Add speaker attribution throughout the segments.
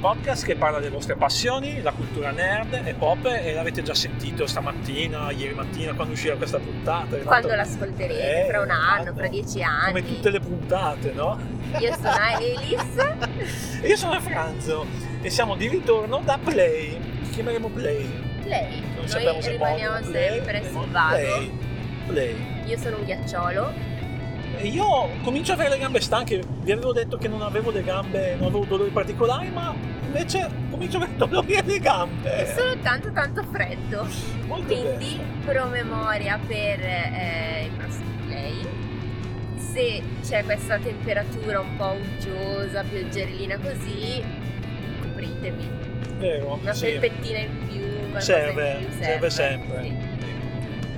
Speaker 1: podcast che parla delle vostre passioni, la cultura nerd e pop e l'avete già sentito stamattina, ieri mattina, quando uscirà questa puntata.
Speaker 2: Quando l'ascolterete,
Speaker 1: Eh,
Speaker 2: fra un anno,
Speaker 1: esatto.
Speaker 2: fra dieci anni.
Speaker 1: Come tutte le puntate, no?
Speaker 2: Io sono Elis.
Speaker 1: E Io sono Franzo e siamo di ritorno da Play. Ci chiameremo Play.
Speaker 2: Lei,
Speaker 1: Non sappiamo
Speaker 2: noi
Speaker 1: se
Speaker 2: rimaniamo
Speaker 1: Modena, Play,
Speaker 2: sempre
Speaker 1: Play,
Speaker 2: sul vago.
Speaker 1: Play. Play.
Speaker 2: Io sono un ghiacciolo.
Speaker 1: E Io comincio ad avere le gambe stanche, vi avevo detto che non avevo le gambe, non avevo dolori particolari, ma invece comincio ad avere dolori alle
Speaker 2: È
Speaker 1: gambe.
Speaker 2: solo tanto tanto freddo.
Speaker 1: Molto
Speaker 2: Quindi promemoria per eh, il prossimo play. Se c'è questa temperatura un po' uggiosa, pioggerellina così, copritemi.
Speaker 1: bene, vero?
Speaker 2: Una
Speaker 1: sì.
Speaker 2: felpettina in più, qualcosa
Speaker 1: Serve,
Speaker 2: in più
Speaker 1: serve sempre.
Speaker 2: Sì.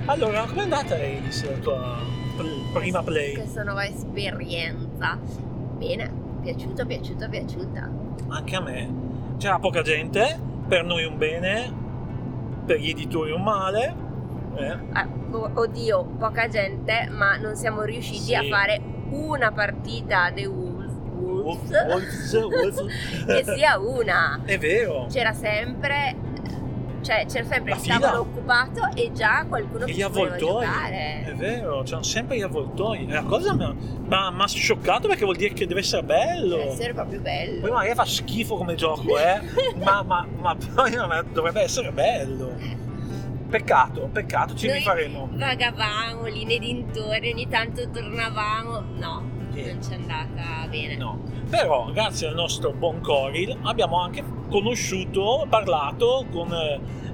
Speaker 1: Allora, com'è andata Elis, la tua pl- prima play?
Speaker 2: Questa nuova esperienza. Bene, piaciuta, piaciuta, piaciuta.
Speaker 1: Anche a me. C'era poca gente, per noi un bene, per gli editori un male. Eh?
Speaker 2: Ah, o- oddio, poca gente, ma non siamo riusciti
Speaker 1: Sì.
Speaker 2: a fare una partita a The Wolves, Wolves,
Speaker 1: Wolf- Wolves, Wolves.
Speaker 2: che sia una.
Speaker 1: È vero.
Speaker 2: C'era sempre, cioè c'era sempre
Speaker 1: La
Speaker 2: il
Speaker 1: fila.
Speaker 2: tavolo occupato e già qualcuno
Speaker 1: E
Speaker 2: che
Speaker 1: gli
Speaker 2: ci voleva
Speaker 1: avvoltoi. Eh, È
Speaker 2: giocare.
Speaker 1: vero, c'erano sempre gli avvoltoi. E La cosa mi ha- mi ha mi ha scioccato perché vuol dire che deve essere bello.
Speaker 2: Deve essere proprio bello.
Speaker 1: Poi magari fa schifo come gioco, eh? ma, ma- ma poi ma dovrebbe essere bello. Peccato, peccato, ci
Speaker 2: Noi-
Speaker 1: rifaremo.
Speaker 2: Vagavamo lì nei dintorni, ogni tanto tornavamo. No,
Speaker 1: Sì.
Speaker 2: non ci è andata bene.
Speaker 1: Eh, No. Però, grazie al nostro buon Coril, abbiamo anche conosciuto, parlato con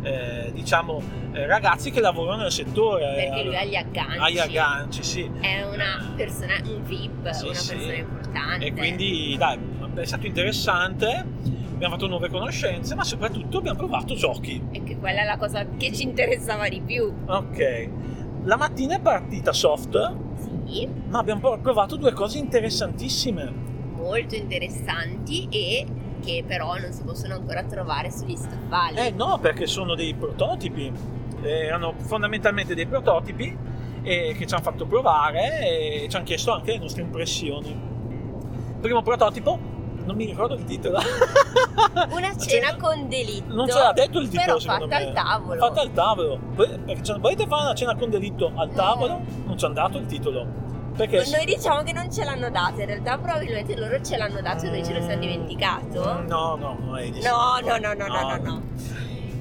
Speaker 1: eh, diciamo eh, ragazzi che lavorano nel settore.
Speaker 2: Perché
Speaker 1: eh,
Speaker 2: lui ha gli agganci.
Speaker 1: agli agganci, sì.
Speaker 2: È una persona, un VIP,
Speaker 1: Sì,
Speaker 2: una
Speaker 1: sì.
Speaker 2: persona importante.
Speaker 1: E quindi dai, è stato interessante, abbiamo fatto nuove conoscenze, ma soprattutto abbiamo provato giochi.
Speaker 2: E che quella è la cosa che ci interessava di più.
Speaker 1: Ok. La mattina è partita soft,
Speaker 2: Sì,
Speaker 1: ma abbiamo pro- provato due cose interessantissime.
Speaker 2: molto interessanti e che però non si possono ancora trovare sugli scaffali.
Speaker 1: Eh no, perché sono dei prototipi. Eh, erano fondamentalmente dei prototipi eh, che ci hanno fatto provare e ci hanno chiesto anche le nostre impressioni. Primo prototipo, non mi ricordo il titolo.
Speaker 2: Una
Speaker 1: Cioè,
Speaker 2: cena con delitto.
Speaker 1: Non ce l'ha detto il titolo,
Speaker 2: però
Speaker 1: secondo
Speaker 2: fatta
Speaker 1: me.
Speaker 2: al tavolo.
Speaker 1: fatta al tavolo. Voi- Perché cioè, volete fare una cena con delitto
Speaker 2: Eh.
Speaker 1: al tavolo? Non ci hanno dato il titolo. Perché
Speaker 2: Noi diciamo che non ce l'hanno data, in realtà probabilmente loro ce l'hanno dato e noi ce lo siamo dimenticato.
Speaker 1: No, no, no, Edis.
Speaker 2: No, no, no, no, no, no, no.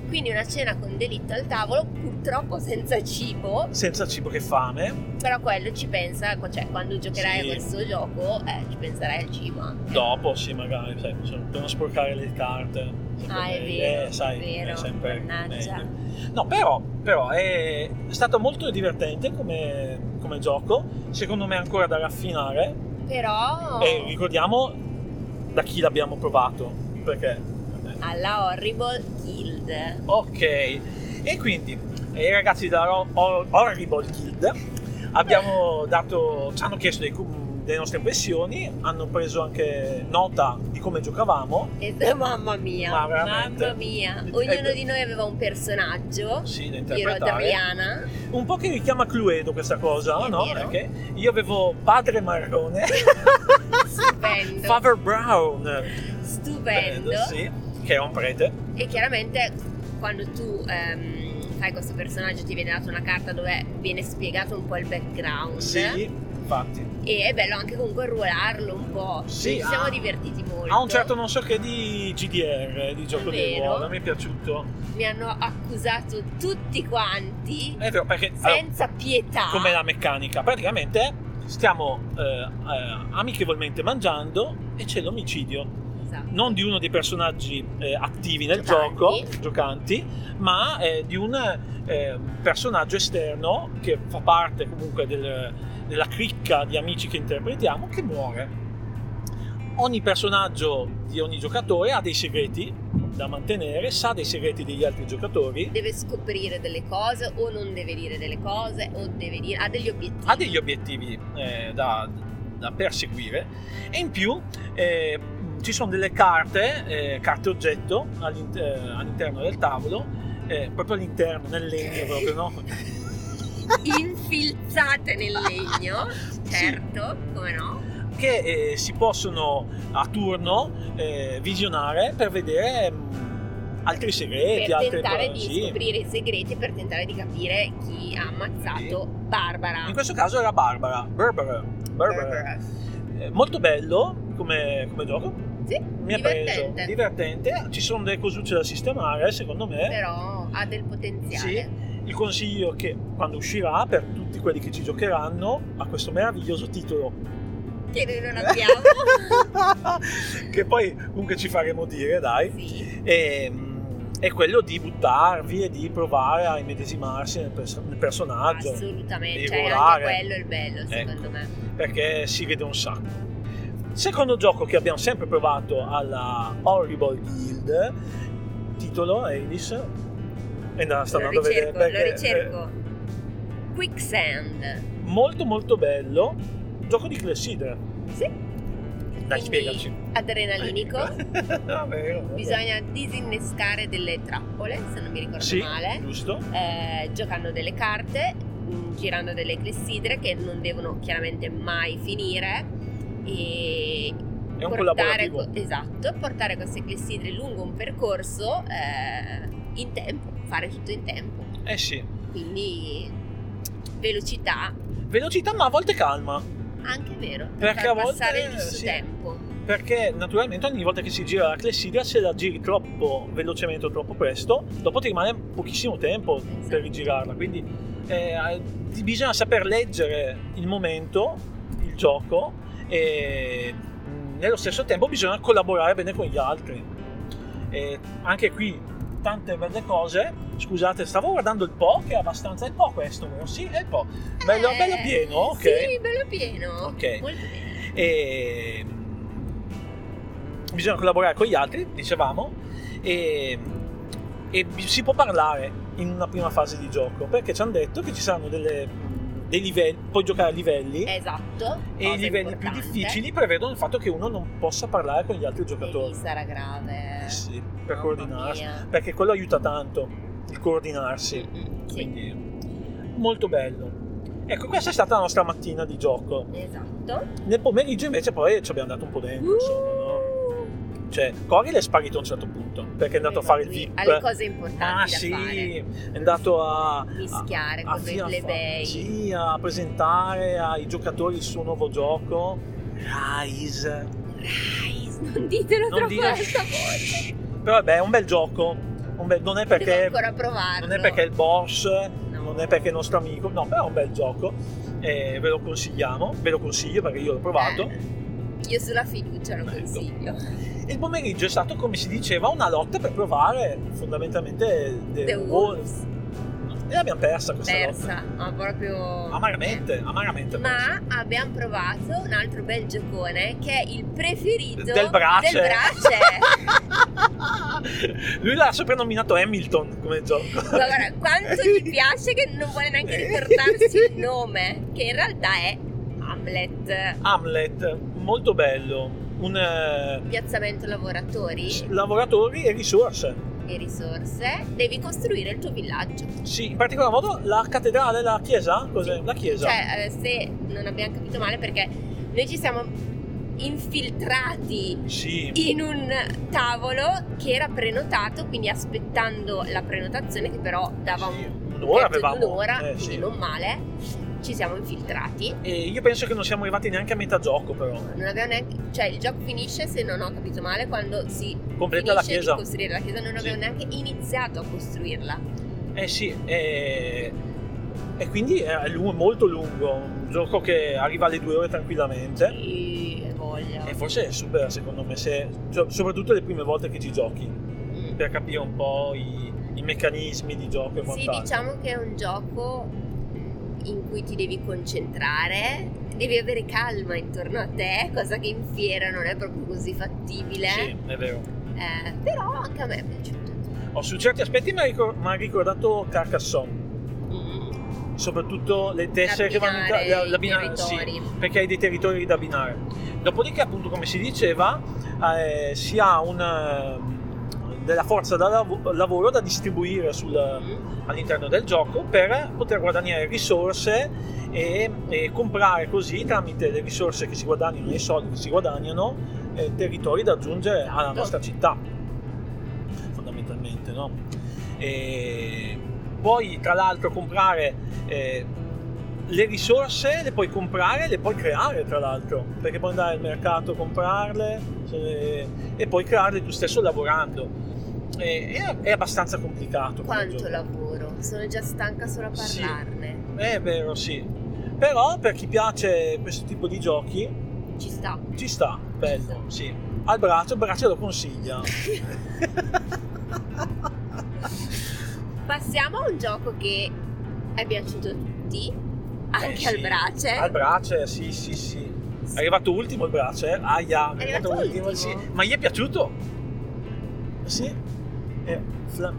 Speaker 2: Quindi una cena con delitto al tavolo, purtroppo senza cibo,
Speaker 1: Senza cibo che fame.
Speaker 2: Però quello ci pensa, cioè quando giocherai
Speaker 1: Sì.
Speaker 2: a questo gioco eh, ci penserai al cibo anche.
Speaker 1: Dopo, sì, magari, sai, cioè, per non sporcare le carte. Sempre
Speaker 2: Ah, è
Speaker 1: meglio.
Speaker 2: vero,
Speaker 1: Eh, sai,
Speaker 2: è vero,
Speaker 1: è sempre
Speaker 2: mannaggia.
Speaker 1: meglio. No, però, però è stato molto divertente come, come gioco. Secondo me ancora da raffinare.
Speaker 2: Però
Speaker 1: E ricordiamo da chi l'abbiamo provato. Perché... vabbè.
Speaker 2: alla Horrible Guild.
Speaker 1: Ok, e quindi i ragazzi della Ro- Hor- Horrible Guild abbiamo dato, ci hanno chiesto dei cu- delle nostre impressioni, hanno preso anche nota di come giocavamo.
Speaker 2: E- mamma mia,
Speaker 1: Ma veramente?
Speaker 2: mamma mia.
Speaker 1: Eh,
Speaker 2: Ognuno
Speaker 1: beh.
Speaker 2: di noi aveva un personaggio.
Speaker 1: Sì,
Speaker 2: Io
Speaker 1: da
Speaker 2: ero
Speaker 1: interpretare.
Speaker 2: Adriana.
Speaker 1: Un po' che richiama Cluedo questa cosa,
Speaker 2: Sì, è
Speaker 1: no?
Speaker 2: vero.
Speaker 1: Perché io avevo padre marrone,
Speaker 2: Stupendo.
Speaker 1: father brown,
Speaker 2: Stupendo.
Speaker 1: sì, che è un prete.
Speaker 2: E chiaramente quando tu ehm, fai questo personaggio ti viene data una carta dove viene spiegato un po' il background.
Speaker 1: Sì, infatti.
Speaker 2: E è bello anche comunque ruolarlo un po'.
Speaker 1: Sì,
Speaker 2: Ci siamo
Speaker 1: ah.
Speaker 2: divertiti molto.
Speaker 1: Ha un certo non so che di GDR, eh, di gioco di
Speaker 2: Vero.
Speaker 1: ruolo, mi è piaciuto.
Speaker 2: mi hanno accusato tutti quanti
Speaker 1: È vero, perché... allora,
Speaker 2: senza pietà.
Speaker 1: come la meccanica. Praticamente stiamo eh, eh, amichevolmente mangiando e c'è l'omicidio.
Speaker 2: Esatto.
Speaker 1: Non di uno dei personaggi eh, attivi nel
Speaker 2: Giocanti.
Speaker 1: gioco, giocanti, ma eh, di un eh, personaggio esterno che fa parte comunque del- della cricca di amici che interpretiamo che muore. Ogni personaggio di ogni giocatore ha dei segreti da mantenere, sa dei segreti degli altri giocatori,
Speaker 2: Deve scoprire delle cose o non deve dire delle cose o deve dire ha degli obiettivi.
Speaker 1: ha degli obiettivi eh, da, da perseguire e in più eh, ci sono delle carte, eh, carte oggetto all'in- eh, all'interno del tavolo, eh, proprio all'interno, nel legno proprio, no?
Speaker 2: infilzate nel legno, certo, come no?
Speaker 1: che eh, si possono a turno eh, visionare per vedere mh, altri segreti,
Speaker 2: per
Speaker 1: altre
Speaker 2: tentare
Speaker 1: cose,
Speaker 2: di
Speaker 1: sì.
Speaker 2: scoprire i segreti, per tentare di capire chi ha ammazzato Barbara.
Speaker 1: In questo caso era Barbara, Barbara, Barbara.
Speaker 2: Barbara.
Speaker 1: Eh, molto bello come, come gioco,
Speaker 2: Sì,
Speaker 1: mi ha preso,
Speaker 2: divertente.
Speaker 1: divertente, ci sono delle cosucce da sistemare secondo me.
Speaker 2: Però ha del potenziale.
Speaker 1: il consiglio che quando uscirà per tutti quelli che ci giocheranno a questo meraviglioso titolo
Speaker 2: Che noi non abbiamo.
Speaker 1: che poi comunque ci faremo dire dai
Speaker 2: sì.
Speaker 1: e, mm, è quello di buttarvi e di provare a immedesimarsi nel, perso- nel personaggio
Speaker 2: Assolutamente,
Speaker 1: devi
Speaker 2: cioè anche
Speaker 1: volare. Ecco.
Speaker 2: quello è il bello secondo me.
Speaker 1: perché si vede un sacco secondo gioco che abbiamo sempre provato alla Horrible Guild titolo Alice e da- sto
Speaker 2: lo
Speaker 1: andando a vedere
Speaker 2: ricerco, lo
Speaker 1: perché eh. è
Speaker 2: ricerco. Quicksand.
Speaker 1: molto molto bello gioco di clessidra
Speaker 2: Sì.
Speaker 1: dai
Speaker 2: Quindi
Speaker 1: spiegaci
Speaker 2: Adrenalinico.
Speaker 1: Ah, vero, vero.
Speaker 2: Bisogna disinnescare delle trappole, se non mi ricordo
Speaker 1: sì,
Speaker 2: male.
Speaker 1: giusto
Speaker 2: eh, giocando delle carte, mh, girando delle clessidre che non devono chiaramente mai finire e
Speaker 1: è un
Speaker 2: portare,
Speaker 1: collaborativo
Speaker 2: co- esatto, portare queste clessidre lungo un percorso eh, in tempo, fare tutto in tempo,
Speaker 1: eh sì
Speaker 2: quindi velocità,
Speaker 1: velocità ma a volte calma
Speaker 2: anche vero,
Speaker 1: Perché a
Speaker 2: per passare
Speaker 1: volte,
Speaker 2: il giusto
Speaker 1: sì.
Speaker 2: tempo.
Speaker 1: perché naturalmente ogni volta che si gira la clessidra se la giri troppo velocemente o troppo presto dopo ti rimane pochissimo tempo
Speaker 2: Esatto.
Speaker 1: per rigirarla quindi eh, ti- bisogna saper leggere il momento il gioco e mh, nello stesso tempo bisogna collaborare bene con gli altri E anche qui tante belle cose scusate stavo guardando il po che è abbastanza il po questo vero? sì è il po bello,
Speaker 2: Eh,
Speaker 1: bello pieno ok
Speaker 2: Sì, bello pieno.
Speaker 1: Ok.
Speaker 2: Molto bene.
Speaker 1: e mm, bisogna collaborare con gli altri, dicevamo, e, e bi- si può parlare in una prima fase di gioco perché ci hanno detto che ci saranno delle, mm, dei livelli, puoi giocare a livelli
Speaker 2: Esatto.
Speaker 1: e i
Speaker 2: cosa
Speaker 1: livelli
Speaker 2: importante.
Speaker 1: più difficili prevedono il fatto che uno non possa parlare con gli altri
Speaker 2: E lì
Speaker 1: giocatori
Speaker 2: sarà grave.
Speaker 1: Sì, per
Speaker 2: Mamma
Speaker 1: coordinarsi,
Speaker 2: mia.
Speaker 1: perché quello aiuta tanto il coordinarsi,
Speaker 2: Mm, Sì.
Speaker 1: quindi molto bello. Ecco, questa è stata la nostra mattina di gioco.
Speaker 2: Esatto.
Speaker 1: Nel pomeriggio invece poi ci abbiamo dato un po' dentro, insomma, no?
Speaker 2: Uh,
Speaker 1: Cioè, Coril è sparito a un certo punto, perché è andato
Speaker 2: Eh,
Speaker 1: a fare il VIP.
Speaker 2: Alle cose importanti
Speaker 1: ah
Speaker 2: da
Speaker 1: sì,
Speaker 2: fare.
Speaker 1: è andato a...
Speaker 2: Mischiare
Speaker 1: a- a-
Speaker 2: con i
Speaker 1: sì, a fa-
Speaker 2: plebei.
Speaker 1: Sì, a presentare ai giocatori il suo nuovo gioco, Rise.
Speaker 2: Rise, non ditelo
Speaker 1: Non
Speaker 2: troppo
Speaker 1: dire-
Speaker 2: alta voce.
Speaker 1: Però vabbè, è un bel gioco. Un bel- non è
Speaker 2: Devo
Speaker 1: perché...
Speaker 2: ancora provarlo.
Speaker 1: Non è perché è il boss,
Speaker 2: No.
Speaker 1: non è perché è nostro amico, no, però è un bel gioco. eh, ve lo consigliamo, ve lo consiglio perché io l'ho provato.
Speaker 2: Eh, io sulla fiducia lo
Speaker 1: Ecco.
Speaker 2: consiglio.
Speaker 1: Il pomeriggio è stato, come si diceva, una lotta per provare fondamentalmente The,
Speaker 2: The
Speaker 1: Wolves. E l'abbiamo persa questa lotta.
Speaker 2: Persa, ma proprio.
Speaker 1: Amaramente, amaramente persa.
Speaker 2: Ma abbiamo provato un altro bel giocone che è il preferito
Speaker 1: Del Brace.
Speaker 2: del Brace.
Speaker 1: Lui l'ha soprannominato Hamilton come gioco.
Speaker 2: Ma Guarda, quanto gli piace che non vuole neanche ricordarsi il nome, che in realtà è Hamlet.
Speaker 1: Hamlet, molto bello. Un eh,
Speaker 2: Piazzamento lavoratori
Speaker 1: s- lavoratori e risorse.
Speaker 2: e risorse. Devi costruire il tuo villaggio.
Speaker 1: Sì, in particolar modo la cattedrale, la chiesa, cos'è? La chiesa.
Speaker 2: Cioè, eh, se non abbiamo capito male, perché noi ci siamo infiltrati
Speaker 1: sì.
Speaker 2: in un tavolo che era prenotato, quindi aspettando la prenotazione, che però dava
Speaker 1: Sì,
Speaker 2: un pezzo
Speaker 1: un'ora
Speaker 2: di
Speaker 1: avevamo.
Speaker 2: un'ora,
Speaker 1: Eh,
Speaker 2: quindi
Speaker 1: sì.
Speaker 2: non male. Ci siamo infiltrati.
Speaker 1: E io penso che non siamo arrivati neanche a metà gioco, però.
Speaker 2: Non abbiamo neanche, cioè, il gioco finisce, se non ho capito male, quando si
Speaker 1: Completa
Speaker 2: finisce
Speaker 1: la
Speaker 2: di
Speaker 1: chiesa.
Speaker 2: costruire la chiesa. Non abbiamo neanche iniziato a costruirla.
Speaker 1: Eh sì, e, e quindi è lungo- molto lungo, un gioco che arriva alle due ore tranquillamente
Speaker 2: E voglia.
Speaker 1: e forse Eh. è super secondo me, se- cioè, soprattutto le prime volte che ci giochi,
Speaker 2: Mm.
Speaker 1: per capire un po' i, i meccanismi di gioco e
Speaker 2: Sì,
Speaker 1: quant'altro.
Speaker 2: diciamo che è un gioco in cui ti devi concentrare, devi avere calma intorno a te, cosa che in fiera non è proprio così fattibile,
Speaker 1: Sì, è vero.
Speaker 2: Eh, però anche a me è piaciuto.
Speaker 1: Oh, su certi aspetti mi ha ricor- mi ha ricordato Carcassonne,
Speaker 2: Mm.
Speaker 1: soprattutto le tessere che vanno in ca-
Speaker 2: L'abbinare
Speaker 1: la-
Speaker 2: i
Speaker 1: l'abbinare- sì,
Speaker 2: territori.
Speaker 1: perché hai dei territori da abbinare. Dopodiché, appunto, come si diceva, eh, si ha un, eh, della forza da lav- lavoro da distribuire sul-
Speaker 2: Mm.
Speaker 1: all'interno del gioco per poter guadagnare risorse e, e comprare così tramite le risorse che si guadagnano e i soldi che si guadagnano eh, territori da aggiungere alla nostra città fondamentalmente no? E puoi tra l'altro comprare eh, le risorse le puoi comprare, le puoi creare tra l'altro, perché puoi andare al mercato, comprarle se- e poi crearle tu stesso lavorando. E- è, è abbastanza complicato. come
Speaker 2: Quanto
Speaker 1: gioco.
Speaker 2: lavoro, sono già stanca solo a
Speaker 1: Sì.
Speaker 2: parlarne.
Speaker 1: È Eh, vero, sì. Però per chi piace questo tipo di giochi
Speaker 2: Ci sta.
Speaker 1: ci sta, bello, sì. Al braccio, il braccio lo consiglia.
Speaker 2: Passiamo a un gioco che è piaciuto a tutti, anche
Speaker 1: Eh,
Speaker 2: al
Speaker 1: sì.
Speaker 2: brace.
Speaker 1: Al braccio, eh, sì, sì, sì. È arrivato ultimo il braccio, eh? Aia,
Speaker 2: È arrivato ultimo?
Speaker 1: sì. Ma gli è piaciuto? Sì. Eh, Fla-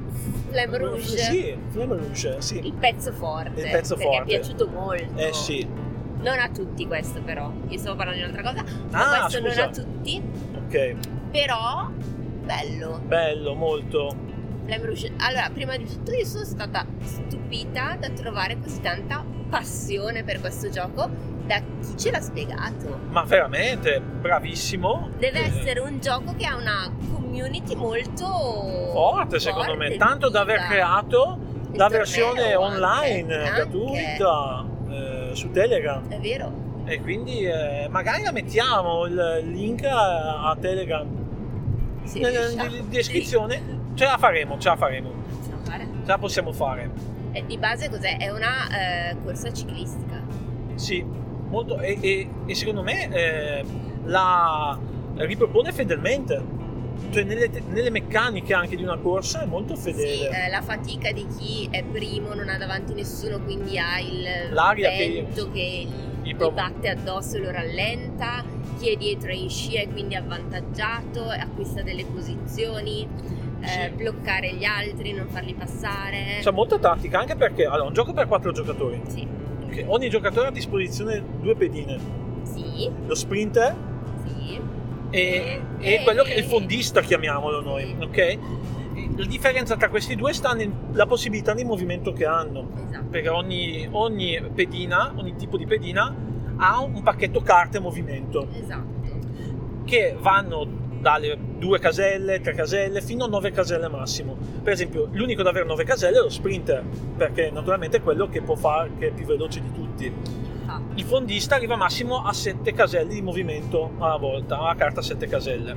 Speaker 2: Flame Rouge.
Speaker 1: Sì, Flame Rouge, sì.
Speaker 2: Il pezzo forte.
Speaker 1: Il pezzo
Speaker 2: perché
Speaker 1: forte.
Speaker 2: è piaciuto molto.
Speaker 1: Eh sì.
Speaker 2: Non a tutti questo però, io stavo parlando di un'altra cosa. ma
Speaker 1: Ah,
Speaker 2: questo
Speaker 1: scusa.
Speaker 2: non a tutti,
Speaker 1: Ok,
Speaker 2: però bello.
Speaker 1: bello, molto.
Speaker 2: Flame Rouge. Allora, prima di tutto io sono stata stupita da trovare così tanta passione per questo gioco da chi ce l'ha spiegato.
Speaker 1: Ma veramente, bravissimo.
Speaker 2: Deve
Speaker 1: Eh,
Speaker 2: essere un gioco che ha una community molto
Speaker 1: Forte secondo me,
Speaker 2: forte,
Speaker 1: tanto da aver
Speaker 2: viva.
Speaker 1: creato
Speaker 2: Il
Speaker 1: la
Speaker 2: torneo
Speaker 1: versione
Speaker 2: anche,
Speaker 1: online
Speaker 2: anche.
Speaker 1: gratuita eh, su Telegram.
Speaker 2: È vero.
Speaker 1: E quindi eh, magari la mettiamo il link a, a Telegram
Speaker 2: Sì,
Speaker 1: nella
Speaker 2: riusciamo.
Speaker 1: nella Eh, descrizione. Ce la faremo, ce la faremo,
Speaker 2: Sì, possiamo fare.
Speaker 1: ce la possiamo fare.
Speaker 2: E di base cos'è? È una eh, corsa ciclistica.
Speaker 1: Sì, molto. E, e- e secondo me eh, la ripropone fedelmente. Cioè nelle, te- nelle meccaniche anche di una corsa è molto fedele.
Speaker 2: Sì, eh, la fatica di chi è primo, non ha davanti nessuno, quindi ha il
Speaker 1: L'aria che-
Speaker 2: vento che,
Speaker 1: Gli
Speaker 2: gli
Speaker 1: prov-
Speaker 2: batte addosso e lo rallenta, chi è dietro è in scia e quindi è avvantaggiato, acquista delle posizioni, eh,
Speaker 1: Sì.
Speaker 2: bloccare gli altri, non farli passare.
Speaker 1: C'è molta tattica anche perché allora, un gioco per quattro giocatori.
Speaker 2: Sì,
Speaker 1: Ok, Ogni giocatore ha a disposizione due pedine,
Speaker 2: sì,
Speaker 1: lo sprinter
Speaker 2: sì.
Speaker 1: e,
Speaker 2: Eh,
Speaker 1: e quello che è il
Speaker 2: eh.
Speaker 1: fondista chiamiamolo noi, ok? E La differenza tra questi due sta nella possibilità di movimento che hanno,
Speaker 2: Esatto.
Speaker 1: perché ogni, ogni pedina, ogni tipo di pedina ha un pacchetto carte movimento
Speaker 2: Esatto.
Speaker 1: che vanno dalle due caselle, tre caselle fino a nove caselle massimo. Per esempio, l'unico ad avere nove caselle è lo sprinter, perché naturalmente è quello che può fare che è più veloce di tutti.
Speaker 2: Ah,
Speaker 1: Il fondista arriva massimo a 7 caselle di movimento alla volta, ha la carta a 7 caselle.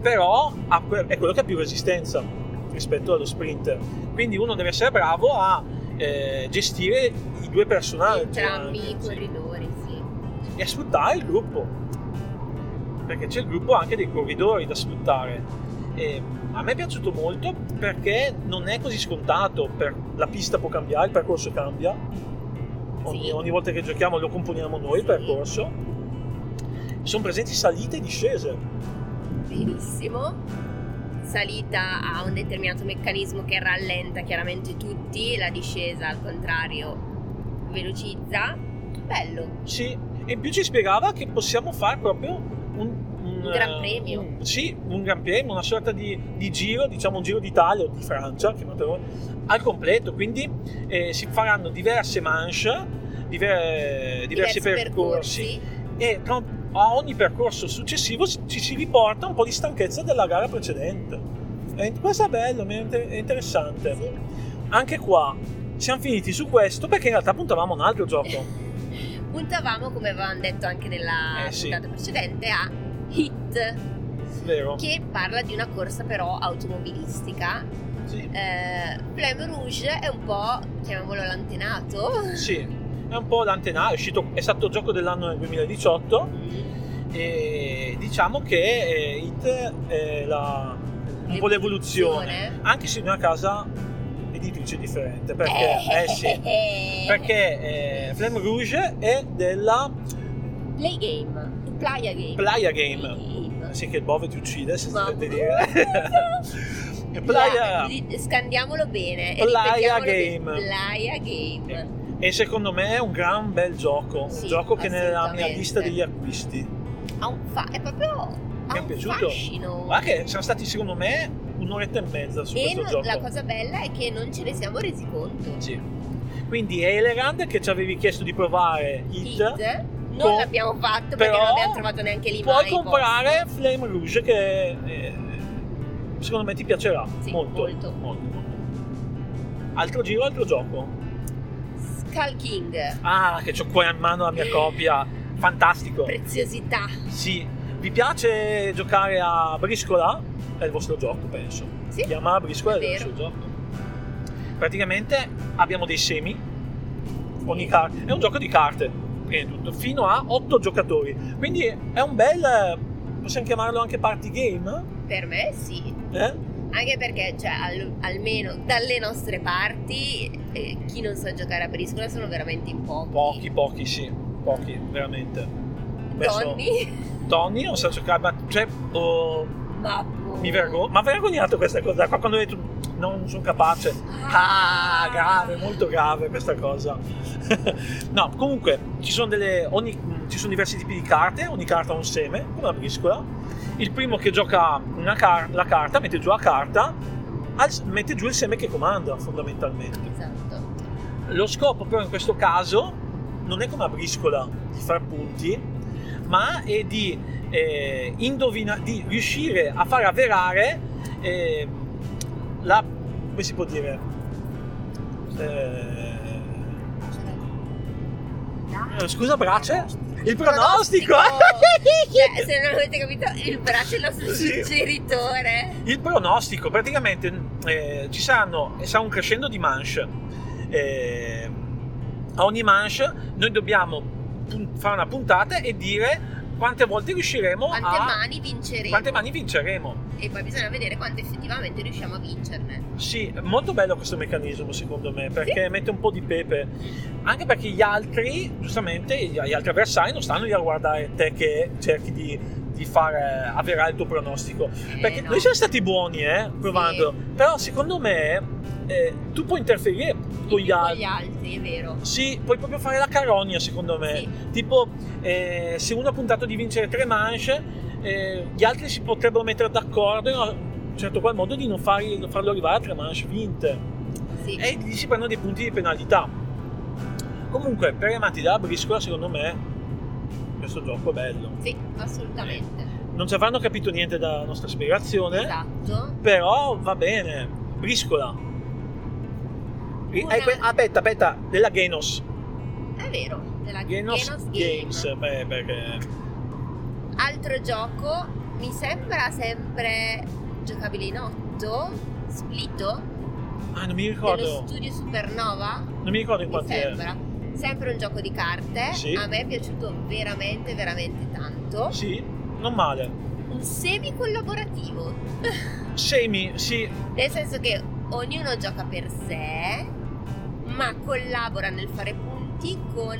Speaker 1: Però ha que- è quello che ha più resistenza rispetto allo sprinter. Quindi uno deve essere bravo a eh, gestire i due personaggi
Speaker 2: entrambi i
Speaker 1: anche, Ah, sì.
Speaker 2: corridori, sì.
Speaker 1: e a sfruttare il gruppo. Perché c'è il gruppo anche dei corridori da sfruttare. E a me è piaciuto molto perché non è così scontato, per- la pista può cambiare, il percorso cambia. Ogni,
Speaker 2: Sì.
Speaker 1: ogni volta che giochiamo lo componiamo noi il
Speaker 2: Sì.
Speaker 1: percorso. Sono presenti salite e discese.
Speaker 2: benissimo. Salita ha un determinato meccanismo che rallenta chiaramente tutti, la discesa al contrario velocizza. Bello,
Speaker 1: Sì. E in più ci spiegava che possiamo fare proprio un,
Speaker 2: Un gran
Speaker 1: eh,
Speaker 2: premio.
Speaker 1: un- sì, un gran premio, una sorta di, di giro, diciamo un giro d'Italia o di Francia, chiamatelo, al completo. Quindi eh, si faranno diverse manche, diver- diversi percorsi. E tra- a ogni percorso successivo si- ci si riporta un po' di stanchezza della gara precedente. E questo è bello, mi è inter- è interessante.
Speaker 2: Sì.
Speaker 1: Anche qua siamo finiti su questo perché in realtà puntavamo a un altro gioco.
Speaker 2: Puntavamo, come avevamo detto anche nella
Speaker 1: Eh, sì.
Speaker 2: puntata precedente, a Hit,
Speaker 1: Vero?
Speaker 2: che parla di una corsa però automobilistica.
Speaker 1: Sì.
Speaker 2: Eh, Flame Rouge è un po', chiamiamolo l'antenato.
Speaker 1: Sì, è un po' l'antenna, è, uscito, è stato il gioco dell'anno nel 2018 e diciamo che eh, IT è la- un po' l'evoluzione, anche se in una casa editrice differente, perché, eh sì, perché eh, Flame Rouge è della
Speaker 2: Play game, playa game.
Speaker 1: Playa Game,
Speaker 2: Game.
Speaker 1: sì che il bove ti uccide se
Speaker 2: Mamma
Speaker 1: dovete dire. E
Speaker 2: Playa.
Speaker 1: Playa,
Speaker 2: li- Scandiamolo bene. e
Speaker 1: Playa
Speaker 2: ripetiamolo
Speaker 1: game.
Speaker 2: bene. Playa game.
Speaker 1: e secondo me è un gran bel gioco, un
Speaker 2: Sì,
Speaker 1: gioco che nella mia
Speaker 2: assolutamente.
Speaker 1: lista degli acquisti
Speaker 2: Ha un fa- è proprio.
Speaker 1: Mi
Speaker 2: Ha
Speaker 1: è
Speaker 2: un
Speaker 1: piaciuto.
Speaker 2: fascino.
Speaker 1: Guarda che sono stati secondo me un un'oretta e mezza su
Speaker 2: E
Speaker 1: questo
Speaker 2: non-
Speaker 1: gioco.
Speaker 2: la cosa bella è che non ce ne siamo resi conto.
Speaker 1: Sì. Quindi Elerand che ci avevi chiesto di provare Hit,
Speaker 2: Kid, non
Speaker 1: con-
Speaker 2: l'abbiamo fatto esatto, perché
Speaker 1: però
Speaker 2: non abbiamo trovato neanche lì
Speaker 1: puoi
Speaker 2: mai
Speaker 1: comprare Flame Rouge che eh, secondo me ti piacerà
Speaker 2: Sì,
Speaker 1: molto,
Speaker 2: molto.
Speaker 1: molto. Altro giro, altro gioco.
Speaker 2: posto. Skull King,
Speaker 1: Ah, che ho qua in mano la
Speaker 2: Eh.
Speaker 1: mia copia. Fantastico.
Speaker 2: preziosità.
Speaker 1: Sì. Vi piace giocare a briscola? È il vostro gioco, penso.
Speaker 2: Sì,
Speaker 1: Si chiama briscola
Speaker 2: è
Speaker 1: è il
Speaker 2: vero.
Speaker 1: vostro gioco. Praticamente abbiamo dei semi. Ogni car- è un gioco di carte, prima di tutto, fino a 8 giocatori. Quindi è un bel. eh, possiamo chiamarlo anche party game?
Speaker 2: per me sì.
Speaker 1: Eh?
Speaker 2: Anche perché, cioè, al- almeno dalle nostre parti, eh, chi non sa giocare a briscola sono veramente in pochi.
Speaker 1: Pochi, pochi, sì. Pochi, veramente. Adesso-
Speaker 2: Donny,
Speaker 1: Tony non sa giocare, ma cioè. oh,
Speaker 2: ma boh.
Speaker 1: Mi vergogno, ma vergognato questa cosa qua quando ho detto non sono capace. Ah, grave, molto grave questa cosa. no, comunque ci sono, delle, ogni- mh, ci sono diversi tipi di carte, ogni carta ha un seme, come la briscola. Il primo che gioca una car- la carta, mette giù la carta, al- mette giù il seme che comanda fondamentalmente.
Speaker 2: Esatto.
Speaker 1: Lo scopo però in questo caso non è come a briscola di far punti, ma è di, eh, indovina- di riuscire a far avverare eh, la... come si può dire? Eh, eh, scusa Brace? Il pronostico!
Speaker 2: Cioè, se non avete capito, il braccio è il nostro
Speaker 1: Sì.
Speaker 2: suggeritore.
Speaker 1: Il pronostico, praticamente eh, ci saranno, sarà un crescendo di manche. Eh, a ogni manche noi dobbiamo pun- fare una puntata e dire quante volte riusciremo
Speaker 2: Quante
Speaker 1: a...
Speaker 2: mani vinceremo?
Speaker 1: Oh, ah. quante mani vinceremo.
Speaker 2: E poi bisogna vedere quanto effettivamente riusciamo a vincerne.
Speaker 1: Sì, è molto bello questo meccanismo secondo me, perché mette un po' di pepe. Anche perché gli altri, giustamente, gli, gli altri avversari non stanno lì a guardare te che cerchi di, di far eh, avverare il tuo pronostico.
Speaker 2: Eh,
Speaker 1: Perché
Speaker 2: no.
Speaker 1: noi siamo stati buoni, eh, provando. Però secondo me eh, tu puoi interferire con gli
Speaker 2: con
Speaker 1: altri.
Speaker 2: gli altri, è vero.
Speaker 1: Sì, puoi proprio fare la carogna, secondo me.
Speaker 2: Sì.
Speaker 1: Tipo, eh, se uno ha puntato di vincere tre manche, eh, gli altri si potrebbero mettere d'accordo in un certo qual modo di non farli- non farlo arrivare a tre manche vinte.
Speaker 2: Sì.
Speaker 1: E gli si prendono dei punti di penalità. Comunque, per gli amanti della briscola, secondo me, questo gioco è bello.
Speaker 2: Sì, assolutamente.
Speaker 1: Non ci avranno capito niente dalla nostra spiegazione.
Speaker 2: Esatto.
Speaker 1: Però va bene, briscola. Ri-
Speaker 2: Una-
Speaker 1: eh, que- aspetta, aspetta, della Genos.
Speaker 2: È vero, della
Speaker 1: Genos,
Speaker 2: Genos Game.
Speaker 1: Games. Beh, perché...
Speaker 2: Altro gioco, mi sembra sempre giocabile in otto, splitto,
Speaker 1: Ah, non mi ricordo.
Speaker 2: dello studio Supernova.
Speaker 1: Non mi ricordo in
Speaker 2: Mi
Speaker 1: quanti è.
Speaker 2: sembra. Sempre un gioco di carte.
Speaker 1: Sì.
Speaker 2: A me è piaciuto veramente, veramente tanto.
Speaker 1: Sì, non male.
Speaker 2: Un semi-collaborativo.
Speaker 1: Semi, sì,
Speaker 2: Nel senso che ognuno gioca per sé, ma collabora nel fare punti con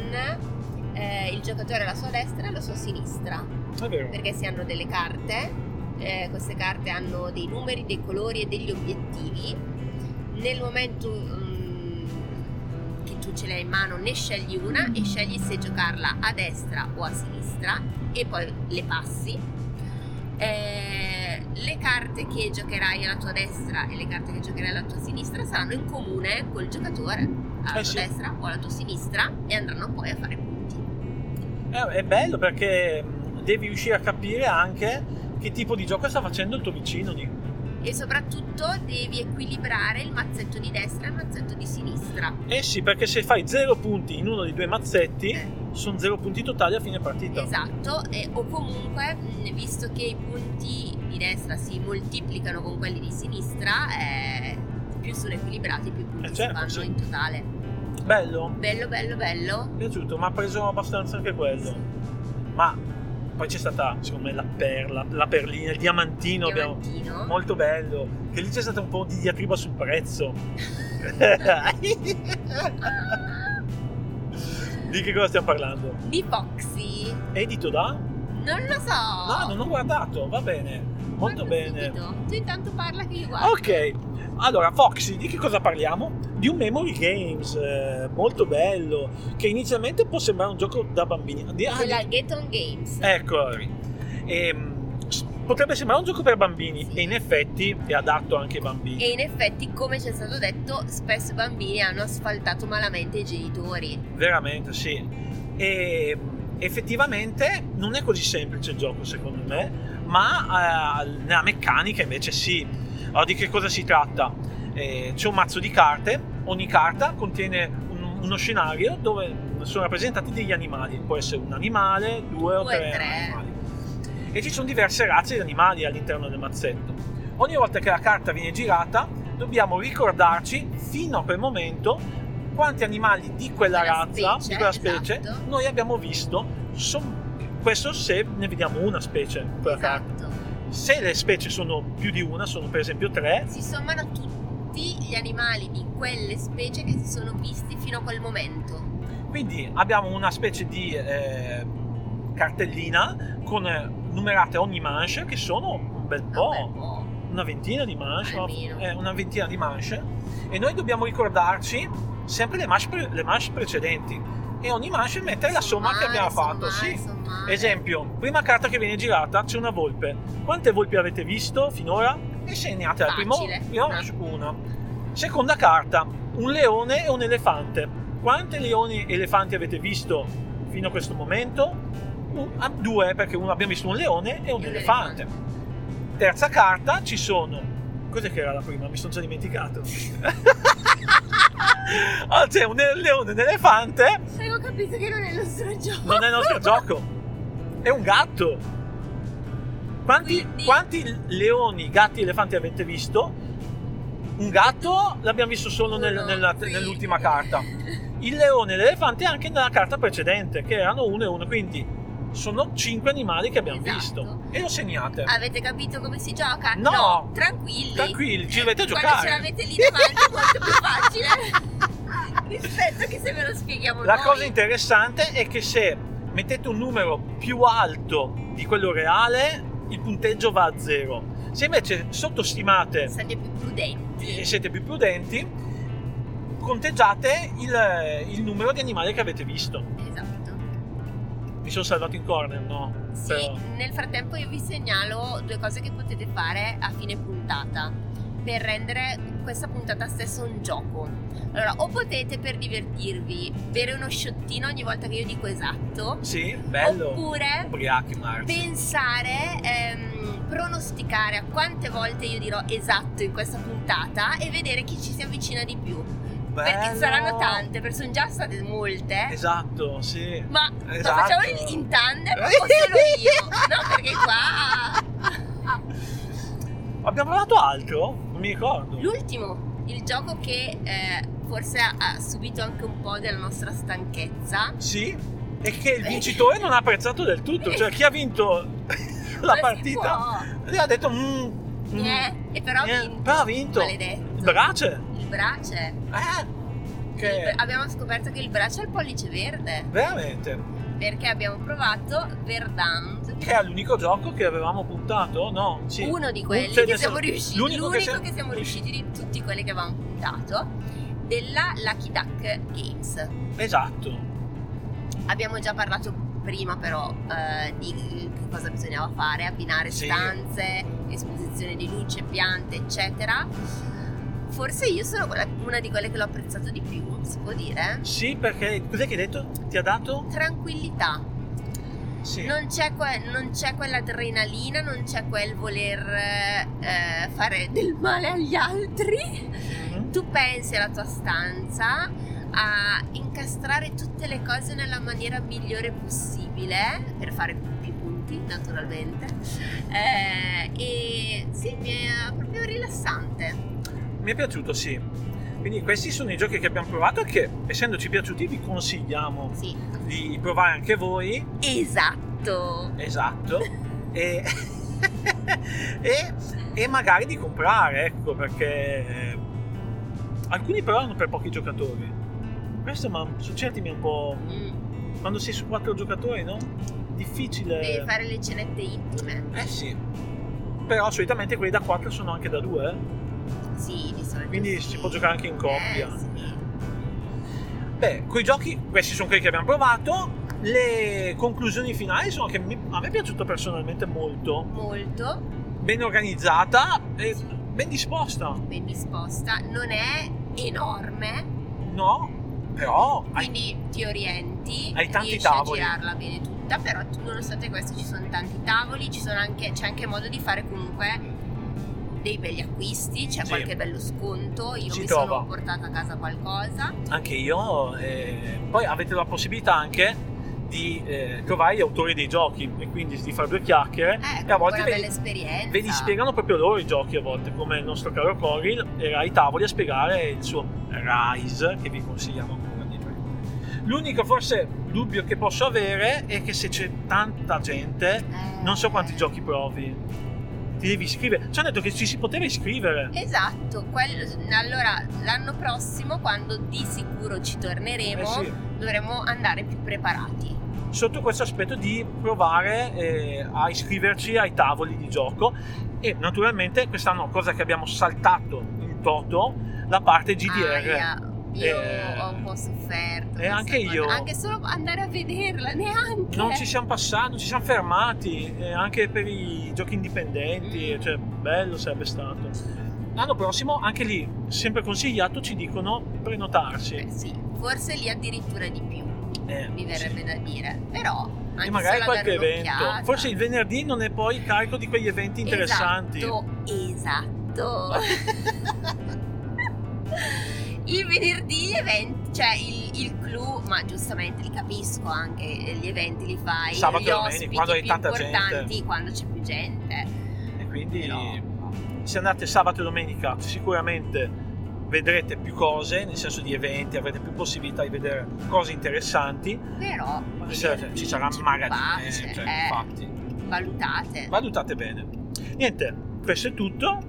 Speaker 2: eh, il giocatore alla sua destra e alla sua sinistra.
Speaker 1: è vero.
Speaker 2: Perché si hanno delle carte. eh, queste carte hanno dei numeri, dei colori e degli obiettivi. Nel momento mm, che tu ce l'hai in mano, ne scegli una e scegli se giocarla a destra o a sinistra e poi le passi. Eh, le carte che giocherai alla tua destra e le carte che giocherai alla tua sinistra saranno in comune col giocatore alla tua
Speaker 1: Eh sì.
Speaker 2: destra o alla tua sinistra e andranno poi a fare punti.
Speaker 1: Eh, È bello perché mh, devi riuscire a capire anche che tipo di gioco sta facendo il tuo vicino. di-
Speaker 2: e soprattutto devi equilibrare il mazzetto di destra e il mazzetto di sinistra.
Speaker 1: Eh sì, perché se fai 0 punti in uno dei due mazzetti, sono 0 punti totali a fine partita.
Speaker 2: Eh, Esatto, e- o comunque, mh, visto che i punti di destra si moltiplicano con quelli di sinistra, eh, più sono equilibrati, più punti
Speaker 1: Eh, certo,
Speaker 2: si fanno
Speaker 1: sì.
Speaker 2: in totale.
Speaker 1: Bello.
Speaker 2: Bello, bello, bello.
Speaker 1: Mi è piaciuto, ma ha preso abbastanza anche quello. Ma poi c'è stata, secondo me, la perla, la perlina, il diamantino. abbiamo-
Speaker 2: Diamantino.
Speaker 1: Molto bello. Che lì c'è stata un po' di diatriba sul prezzo. di che cosa stiamo parlando?
Speaker 2: Ah, Di Foxy.
Speaker 1: Edito da? No,
Speaker 2: Non lo so.
Speaker 1: non ho guardato, va bene. Molto
Speaker 2: Guarda
Speaker 1: bene.
Speaker 2: subito. Tu intanto parla che io guardo.
Speaker 1: Ok, allora Foxy, di che cosa parliamo? Di un memory games eh, molto bello, che inizialmente può sembrare un gioco da bambini. Di- ah,
Speaker 2: Della
Speaker 1: di-
Speaker 2: Get on Games.
Speaker 1: Ecco, ehm, s- potrebbe sembrare un gioco per bambini e in effetti è adatto anche ai bambini.
Speaker 2: E in effetti, come ci è stato detto, spesso i bambini hanno asfaltato malamente i genitori.
Speaker 1: Veramente, sì. E effettivamente non è così semplice il gioco, secondo me, ma eh, nella meccanica invece sì. Allora, di che cosa si tratta? Eh, c'è un mazzo di carte, ogni carta contiene un- uno scenario dove sono rappresentati degli animali, può essere un animale, due o
Speaker 2: Due,
Speaker 1: tre,
Speaker 2: tre.
Speaker 1: animali. E ci sono diverse razze di animali all'interno del mazzetto. Ogni volta che la carta viene girata, dobbiamo ricordarci fino a quel momento quanti animali di quella
Speaker 2: Della
Speaker 1: razza,
Speaker 2: specie,
Speaker 1: di quella specie,
Speaker 2: esatto.
Speaker 1: noi abbiamo visto. Son- questo se ne vediamo una specie in quella carta.
Speaker 2: Esatto.
Speaker 1: Se le specie sono più di una, sono per esempio tre,
Speaker 2: Si sommano tutti gli animali di quelle specie che si sono visti fino a quel momento.
Speaker 1: quindi abbiamo una specie di eh, cartellina con eh, numerate ogni manche che sono un bel po'.
Speaker 2: Vabbè, boh.
Speaker 1: una ventina di manche,
Speaker 2: Almeno.
Speaker 1: eh, una ventina di manche, e noi dobbiamo ricordarci sempre le manche, pre- le manche precedenti e ogni manche mettere la somma che abbiamo fatto.
Speaker 2: Sommare,
Speaker 1: Sì.
Speaker 2: sommare.
Speaker 1: Esempio, prima carta che viene girata c'è una volpe. Quante volpi avete visto finora? E segnate al primo,
Speaker 2: Facile.
Speaker 1: primo
Speaker 2: Ah.
Speaker 1: una. Seconda carta, un leone e un elefante. Quanti leoni e elefanti avete visto fino a questo momento? Un- ah, due, perché uno- abbiamo visto un leone e un,
Speaker 2: Un
Speaker 1: elefante. Terza carta, ci sono... Cos'è che era la prima? Mi sono già dimenticato. Ah, c'è un leone e un elefante
Speaker 2: Avevo capito che non è il nostro gioco.
Speaker 1: non è il nostro gioco, è un gatto. Quanti,
Speaker 2: Quindi-
Speaker 1: quanti leoni, gatti, elefanti avete visto? Un gatto l'abbiamo visto solo nel-
Speaker 2: Uno,
Speaker 1: nella-
Speaker 2: sì.
Speaker 1: nell'ultima carta. Il leone e l'elefante anche nella carta precedente, che erano uno e uno, quindi sono cinque animali che abbiamo
Speaker 2: Esatto. Ah,
Speaker 1: visto e lo segnate.
Speaker 2: Avete capito come si gioca?
Speaker 1: No.
Speaker 2: tranquilli.
Speaker 1: Tranquilli, ci dovete
Speaker 2: Quando ce
Speaker 1: giocare.
Speaker 2: l'avete lì davanti è molto più facile. Rispetto che se ve lo spieghiamo
Speaker 1: La
Speaker 2: noi.
Speaker 1: cosa interessante è che se mettete un numero più alto di quello reale, il punteggio va a zero. Se invece sottostimate
Speaker 2: State più
Speaker 1: e
Speaker 2: prudenti.
Speaker 1: siete più prudenti, conteggiate il, il numero di animali che avete visto.
Speaker 2: Esatto.
Speaker 1: Mi sono salvato in corner, no?
Speaker 2: Sì,
Speaker 1: Però-
Speaker 2: nel frattempo io vi segnalo due cose che potete fare a fine puntata per rendere questa puntata stessa un gioco. Allora, o potete per divertirvi bere uno sciottino ogni volta che io dico esatto,
Speaker 1: Sì, bello.
Speaker 2: oppure
Speaker 1: Ubriachi, Marci.
Speaker 2: pensare, ehm, pronosticare a quante volte io dirò esatto in questa puntata e vedere chi ci si avvicina di più. Perché
Speaker 1: Bello.
Speaker 2: saranno eh. tante, perché sono già state molte.
Speaker 1: Esatto, sì.
Speaker 2: Ma
Speaker 1: Esatto.
Speaker 2: lo facciamo in, in tandem o solo io? No, perché qua...
Speaker 1: Abbiamo provato altro? Non mi ricordo.
Speaker 2: L'ultimo, il gioco che eh, forse ha, ha subito anche un po' della nostra stanchezza.
Speaker 1: Sì. E che il
Speaker 2: Eh.
Speaker 1: vincitore non ha apprezzato del tutto. Cioè, chi ha vinto la
Speaker 2: Ma si
Speaker 1: partita? Lui ha detto... "Mm,
Speaker 2: può.
Speaker 1: mm,
Speaker 2: Eh, e però ha
Speaker 1: eh,
Speaker 2: vinto.
Speaker 1: però ha vinto.
Speaker 2: Maledetto.
Speaker 1: Il brace.
Speaker 2: Il brace.
Speaker 1: Eh?
Speaker 2: Il
Speaker 1: Che...
Speaker 2: bra- abbiamo scoperto che il braccio ha il pollice verde.
Speaker 1: Veramente.
Speaker 2: Perché abbiamo provato Verdant.
Speaker 1: che è l'unico gioco che avevamo puntato, no? Sì.
Speaker 2: Uno di quelli
Speaker 1: Cioè,
Speaker 2: che
Speaker 1: nel
Speaker 2: siamo
Speaker 1: senso,
Speaker 2: riusciti. L'unico,
Speaker 1: l'unico che siamo-
Speaker 2: che siamo riusciti di tutti quelli che avevamo puntato. Della Lucky Duck Games.
Speaker 1: Esatto.
Speaker 2: Abbiamo già parlato prima però eh, di che cosa bisognava fare, abbinare
Speaker 1: Sì.
Speaker 2: stanze, esposizione di luce, piante, eccetera. Forse io sono quella- una di quelle che l'ho apprezzato di più, si può dire.
Speaker 1: Sì, perché cos'è che hai detto? Ti ha dato?
Speaker 2: Tranquillità,
Speaker 1: Sì.
Speaker 2: non c'è, que- non c'è quell'adrenalina, non c'è quel voler eh, fare del male agli altri.
Speaker 1: Mhm.
Speaker 2: Tu pensi alla tua stanza a incastrare tutte le cose nella maniera migliore possibile per fare più punti naturalmente Eh, e sì mi è proprio rilassante
Speaker 1: Mi è piaciuto, sì. Quindi questi sono i giochi che abbiamo provato e che, essendoci piaciuti, vi consigliamo
Speaker 2: sì
Speaker 1: di provare anche voi.
Speaker 2: esatto
Speaker 1: Esatto. e... e, e magari di comprare, ecco, perché eh, alcuni però hanno per pochi giocatori. Questo ma su certi mi è un po'...
Speaker 2: Mm,
Speaker 1: Quando sei su quattro giocatori, no? Difficile...
Speaker 2: devi fare le cenette intime
Speaker 1: Eh sì. Però solitamente quelli da 4 sono anche da 2, eh?
Speaker 2: sì di solito
Speaker 1: quindi
Speaker 2: sì.
Speaker 1: si può giocare anche in
Speaker 2: Eh,
Speaker 1: coppia.
Speaker 2: sì.
Speaker 1: Beh, coi giochi, questi sono quelli che abbiamo provato. Le conclusioni finali sono che mi- a me è piaciuto personalmente molto,
Speaker 2: molto
Speaker 1: ben organizzata e ben disposta,
Speaker 2: ben disposta, non è enorme,
Speaker 1: no? Però hai-
Speaker 2: quindi ti orienti,
Speaker 1: Hai tanti
Speaker 2: riesci
Speaker 1: tavoli.
Speaker 2: a girarla bene tutta, però tu- nonostante questo ci sono tanti tavoli, ci sono anche- c'è anche modo di fare comunque dei belli acquisti, c'è
Speaker 1: Sì.
Speaker 2: qualche bello sconto, io
Speaker 1: Si
Speaker 2: mi
Speaker 1: trova.
Speaker 2: sono portata a casa qualcosa.
Speaker 1: anche io, eh, poi avete la possibilità anche di eh, trovare gli autori dei giochi e quindi di fare due chiacchiere
Speaker 2: Ecco,
Speaker 1: e a volte
Speaker 2: una
Speaker 1: ve
Speaker 2: bella
Speaker 1: li,
Speaker 2: esperienza.
Speaker 1: ve li spiegano proprio loro i giochi a volte, come il nostro caro Coril era ai tavoli a spiegare il suo Rise che vi consigliamo ancora di più. L'unico forse dubbio che posso avere è che se c'è tanta gente
Speaker 2: Eh,
Speaker 1: non so quanti giochi provi. Ti devi iscrivere. Ci hanno detto che ci si poteva iscrivere.
Speaker 2: Esatto, quel- allora l'anno prossimo quando di sicuro ci torneremo
Speaker 1: Eh sì.
Speaker 2: dovremo andare più preparati.
Speaker 1: Sotto questo aspetto di provare eh, a iscriverci ai tavoli di gioco. E naturalmente quest'anno cosa che abbiamo saltato in toto, la parte
Speaker 2: Ah,
Speaker 1: GDR.
Speaker 2: Aia, io
Speaker 1: Eh,
Speaker 2: ho un po' sofferto.
Speaker 1: eh,
Speaker 2: questa
Speaker 1: anche
Speaker 2: cosa.
Speaker 1: io.
Speaker 2: Anche solo andare a vederla, neanche.
Speaker 1: non ci siamo passati, non ci siamo fermati, eh, anche per i giochi
Speaker 2: Mm.
Speaker 1: indipendenti, cioè bello sarebbe stato. L'anno prossimo, anche lì, sempre consigliato, ci dicono prenotarsi.
Speaker 2: Eh, sì, forse lì addirittura di più,
Speaker 1: Eh,
Speaker 2: mi
Speaker 1: sì.
Speaker 2: verrebbe da dire. Però anche
Speaker 1: e magari
Speaker 2: solo
Speaker 1: qualche
Speaker 2: dare
Speaker 1: evento.
Speaker 2: un'occhiata.
Speaker 1: Forse il venerdì non è poi carico di quegli eventi interessanti.
Speaker 2: Esatto, esatto. il venerdì gli eventi, cioè il, il clou, ma giustamente li capisco anche, eh, gli eventi li fai
Speaker 1: Sabato
Speaker 2: gli
Speaker 1: e domenica,
Speaker 2: ospiti
Speaker 1: quando hai
Speaker 2: più
Speaker 1: tanta
Speaker 2: importanti
Speaker 1: gente.
Speaker 2: quando c'è più gente.
Speaker 1: E quindi
Speaker 2: Però-
Speaker 1: se andate sabato e domenica sicuramente vedrete più cose, nel senso di eventi, avrete più possibilità di vedere cose interessanti.
Speaker 2: Però
Speaker 1: Se-
Speaker 2: venerdì
Speaker 1: Ci sarà
Speaker 2: c'è
Speaker 1: magazzino,
Speaker 2: pace,
Speaker 1: eh, cioè,
Speaker 2: eh,
Speaker 1: infatti.
Speaker 2: valutate.
Speaker 1: Valutate bene. Niente, questo è tutto.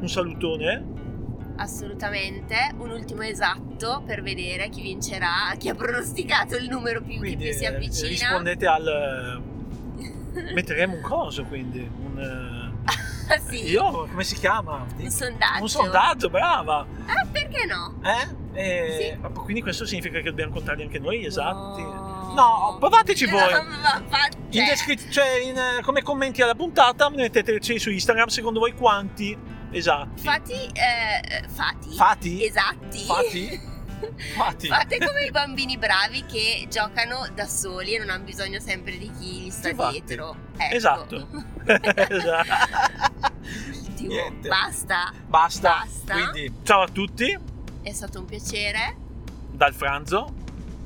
Speaker 1: Un salutone.
Speaker 2: Assolutamente, un ultimo esatto per vedere chi vincerà, chi ha pronosticato il numero più
Speaker 1: Quindi
Speaker 2: che più si
Speaker 1: eh,
Speaker 2: avvicina.
Speaker 1: rispondete al... Metteremo un coso, quindi. Un, eh,
Speaker 2: Ah, sì,
Speaker 1: Io, come si chiama?
Speaker 2: un sondaggio.
Speaker 1: Un sondaggio, brava!
Speaker 2: Ah, perché no?
Speaker 1: Eh? E- Quindi questo significa che dobbiamo contarli anche noi, esatti?
Speaker 2: No,
Speaker 1: No, provateci voi.
Speaker 2: No, ma fa-
Speaker 1: In
Speaker 2: cioè,
Speaker 1: descri- cioè, in, eh, come commenti alla puntata metteteci su Instagram secondo voi quanti esatti.
Speaker 2: Fatti, eh, fatti.
Speaker 1: Fatti?
Speaker 2: Esatti.
Speaker 1: Fatti? Fatti.
Speaker 2: Fate come i bambini bravi che giocano da soli e non hanno bisogno sempre di chi li sta
Speaker 1: Sì, fatti.
Speaker 2: dietro. Ecco.
Speaker 1: Esatto. Esatto.
Speaker 2: Ultimo.
Speaker 1: Niente.
Speaker 2: Basta,
Speaker 1: Basta.
Speaker 2: Basta.
Speaker 1: Quindi, ciao a tutti
Speaker 2: è stato un piacere
Speaker 1: dal Franzo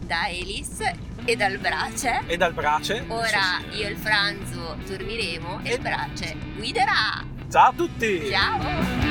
Speaker 2: da Elis e dal Brace.
Speaker 1: e dal Brace.
Speaker 2: Ora io e il Franzo dormiremo e il Brace guiderà.
Speaker 1: Ciao a tutti.
Speaker 2: Ciao!